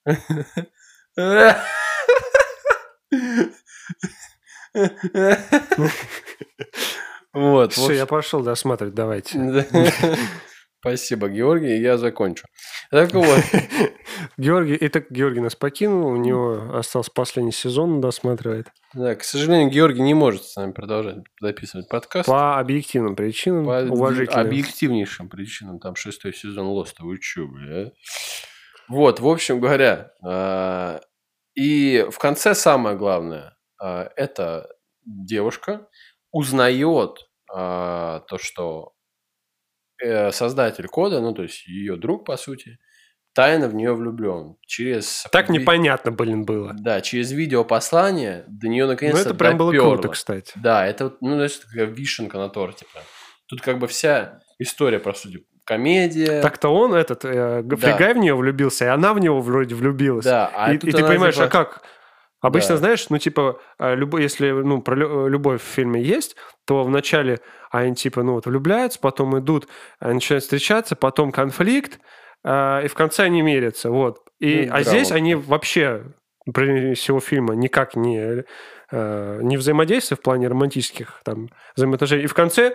Speaker 2: Вот. в
Speaker 1: Все, я пошел досматривать, давайте.
Speaker 2: Да. Спасибо, Георгий, я закончу. Так вот,
Speaker 1: Георгий, итак, Георгий нас покинул, у него остался последний сезон, досматривает.
Speaker 2: да, к сожалению, Георгий не может с нами продолжать записывать подкаст.
Speaker 1: По объективным причинам,
Speaker 2: По
Speaker 1: уважительным.
Speaker 2: объективнейшим причинам. Там шестой сезон Лоста. Вы чё, бля? Вот, в общем говоря, а, и в конце самое главное, а, эта девушка узнает а, то, что э, создатель кода, ну, то есть ее друг, по сути, тайно в нее влюблен. Через...
Speaker 1: Так
Speaker 2: ви-
Speaker 1: непонятно, блин, было.
Speaker 2: Да, через видеопослание до нее
Speaker 1: Ну,
Speaker 2: наконец-то
Speaker 1: это прям было
Speaker 2: допёрло.
Speaker 1: круто, кстати.
Speaker 2: Да, это, вот, ну, знаешь, такая вишенка на торте. прям. Тут как бы вся история, по сути, комедия.
Speaker 1: Так-то он, этот, э,
Speaker 2: Да.
Speaker 1: Фригай в нее влюбился, и она в него вроде влюбилась.
Speaker 2: да, а
Speaker 1: и,
Speaker 2: тут
Speaker 1: и ты
Speaker 2: она,
Speaker 1: понимаешь,
Speaker 2: типа,
Speaker 1: а как? Обычно,
Speaker 2: Да.
Speaker 1: знаешь, ну, типа, а, любо- если, ну, про лю- любовь в фильме есть, то вначале они, типа, ну, вот влюбляются, потом идут, а, начинают встречаться, потом конфликт, а, и в конце они мирятся, вот. И,
Speaker 2: Ну,
Speaker 1: а
Speaker 2: драма.
Speaker 1: здесь они вообще, при всего фильма, никак не, э, не взаимодействуют в плане романтических, там, взаимоотношений. И в конце,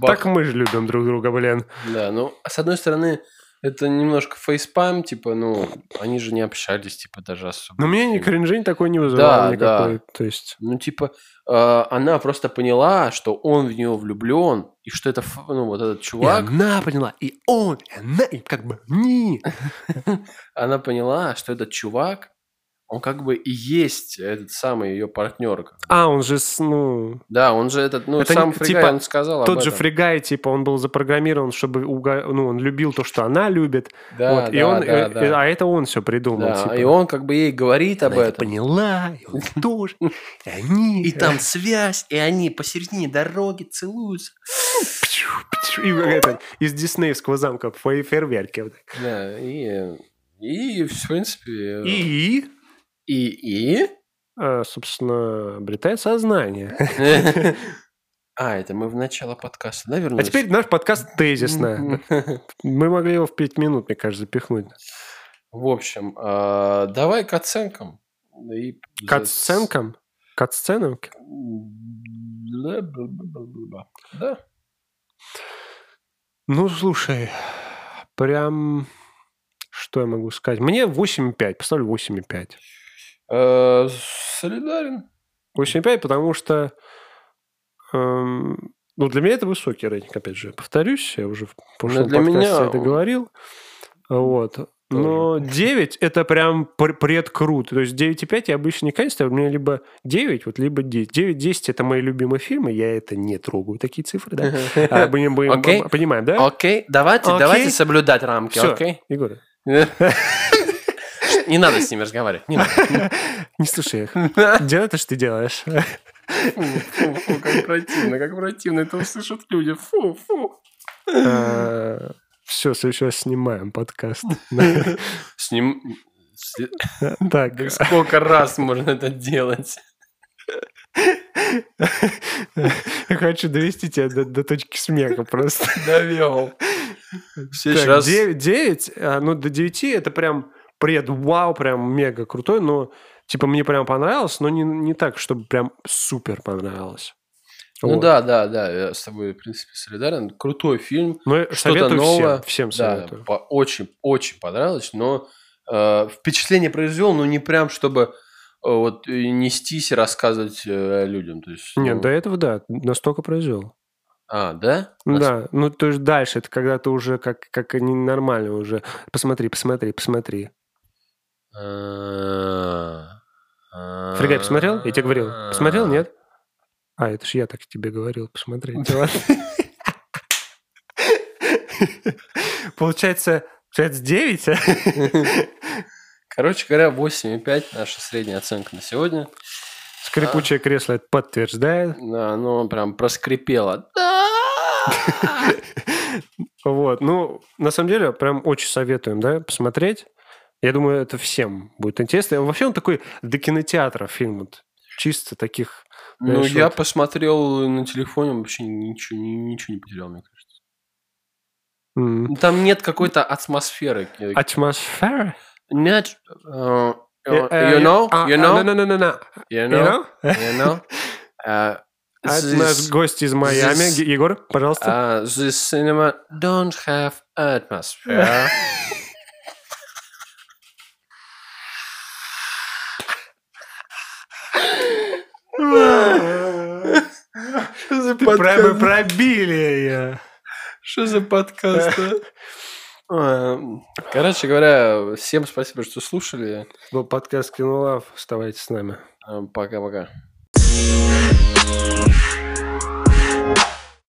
Speaker 2: бах.
Speaker 1: так мы же любим друг друга, блин.
Speaker 2: Да, ну, а с одной стороны, это немножко фейспам, типа, ну, они же не общались, типа, даже особо.
Speaker 1: Но Ну, мне ни
Speaker 2: Фильм.
Speaker 1: кринжень такой не вызывал
Speaker 2: Да,
Speaker 1: никакой. То есть...
Speaker 2: Ну, типа, э, она просто поняла, что он в нее влюблен, и что это, ф- ну, вот этот чувак,
Speaker 1: она поняла, и он, и она, и как бы не.
Speaker 2: она поняла, что этот чувак, он как бы и есть этот самый ее партнер.
Speaker 1: А, он же, с- ну...
Speaker 2: Да, он же этот, ну,
Speaker 1: Это
Speaker 2: сам
Speaker 1: не-
Speaker 2: Фригай,
Speaker 1: типа,
Speaker 2: он сказал об
Speaker 1: тот же
Speaker 2: этом.
Speaker 1: фригай, типа, он был запрограммирован, чтобы уга- ну, он любил то, что она любит.
Speaker 2: Да,
Speaker 1: вот,
Speaker 2: да,
Speaker 1: и он,
Speaker 2: да,
Speaker 1: и-
Speaker 2: да.
Speaker 1: а это он все придумал.
Speaker 2: Да,
Speaker 1: типа.
Speaker 2: и он как бы ей говорит об
Speaker 1: Она это
Speaker 2: этом.
Speaker 1: поняла, и он тоже, и они.
Speaker 2: связь, и они посередине дороги целуются.
Speaker 1: И это, из диснеевского замка фей- фейерверки. вот так.
Speaker 2: Да, и... И, в принципе... И...
Speaker 1: И,
Speaker 2: И...
Speaker 1: э, собственно, обретает сознание.
Speaker 2: А, это мы в начало подкаста, да,
Speaker 1: А
Speaker 2: вернулись?
Speaker 1: теперь наш подкаст тезисно. Мы могли его в пять минут, мне кажется, запихнуть.
Speaker 2: В общем, а, давай к оценкам. Да и-
Speaker 1: К оценкам? К оценкам?
Speaker 2: Бла-бла-бла-бла-бла. Да.
Speaker 1: Ну, слушай, прям... Что я могу сказать? Мне 8,5. Поставлю 8,5.
Speaker 2: Э, Солидарен.
Speaker 1: 8,5, потому что... эм, ну, для меня это высокий рейтинг, опять же. Повторюсь, я уже в прошлом
Speaker 2: для
Speaker 1: подкасте
Speaker 2: меня
Speaker 1: это
Speaker 2: он-
Speaker 1: говорил. Вот. Но 9 это прям пр- предкруто. То есть 9,5 я обычно никогда не ставлю. У меня либо 9, вот, либо 10. 9-10 это мои любимые фильмы. Я это не трогаю, такие цифры, да. А, мы, мы- мы
Speaker 2: Окей.
Speaker 1: понимаем, да?
Speaker 2: Окей, давайте,
Speaker 1: Окей.
Speaker 2: давайте соблюдать рамки,
Speaker 1: Всё.
Speaker 2: окей?
Speaker 1: Егор,
Speaker 2: не надо с ними разговаривать. Не надо.
Speaker 1: Не слушай их. Делай то, что ты делаешь.
Speaker 2: Фу, фу, фу, как противно, как противно. Это услышат люди. Фу, фу.
Speaker 1: Э, Все, сейчас снимаем подкаст.
Speaker 2: С ним... с-
Speaker 1: Так,
Speaker 2: да Сколько раз можно это делать?
Speaker 1: я хочу довести тебя до, до точки смеха просто.
Speaker 2: Довел. В следующий раз...
Speaker 1: 9, ну до 9 это прям пред вау, прям мега крутой, но типа мне прям понравилось, но не, не так, чтобы прям супер понравилось.
Speaker 2: Ну
Speaker 1: Вот.
Speaker 2: да, да, да, я с тобой, в принципе, солидарен. Крутой фильм,
Speaker 1: Но советую
Speaker 2: новое.
Speaker 1: всем, всем
Speaker 2: Да,
Speaker 1: советую.
Speaker 2: по- очень, очень понравилось, но э, впечатление произвел, но не прям, чтобы э, вот и нестись и рассказывать э, людям. То есть,
Speaker 1: Нет,
Speaker 2: ну,
Speaker 1: до этого, да, настолько произвел.
Speaker 2: А, да?
Speaker 1: Да, ну то есть дальше, это когда ты уже как, как ненормально уже. Посмотри, посмотри, посмотри. Фригай
Speaker 2: Э, Фригай
Speaker 1: посмотрел? Я тебе говорил. Посмотрел, нет? А, это ж я так тебе говорил, посмотри. Получается, получается а? 9?
Speaker 2: Короче говоря, 8,5 наша средняя оценка на сегодня.
Speaker 1: Скрипучее кресло это подтверждает.
Speaker 2: Да, оно прям проскрипело. Да!
Speaker 1: Вот, ну, на самом деле, прям очень советуем, да, посмотреть. Я думаю, это всем будет интересно. Вообще он такой до кинотеатра фильм, вот, чисто таких...
Speaker 2: Ну,
Speaker 1: Знаешь,
Speaker 2: я
Speaker 1: вот-
Speaker 2: посмотрел на телефоне, вообще ничего, ни- ничего не потерял, мне кажется.
Speaker 1: м,
Speaker 2: Ну, Там нет какой-то атмосферы.
Speaker 1: А Атмосфера?
Speaker 2: Нет. э,
Speaker 1: Э,
Speaker 2: You
Speaker 1: э,
Speaker 2: know?
Speaker 1: а,
Speaker 2: You
Speaker 1: а,
Speaker 2: know?
Speaker 1: no-no-no-no-no.
Speaker 2: You
Speaker 1: You
Speaker 2: know?
Speaker 1: know?
Speaker 2: You know? Э,
Speaker 1: А это
Speaker 2: this-
Speaker 1: наш гость из Майами.
Speaker 2: здесь-
Speaker 1: Ге- Егор, пожалуйста.
Speaker 2: Uh, this cinema don't have
Speaker 1: А,
Speaker 2: atmosphere. Что за
Speaker 1: Про- мы пробили ее.
Speaker 2: Что за подкаст, а? Короче говоря, всем спасибо, что слушали.
Speaker 1: Был подкаст Кинолав. Оставайтесь с нами.
Speaker 2: Э, Пока-пока.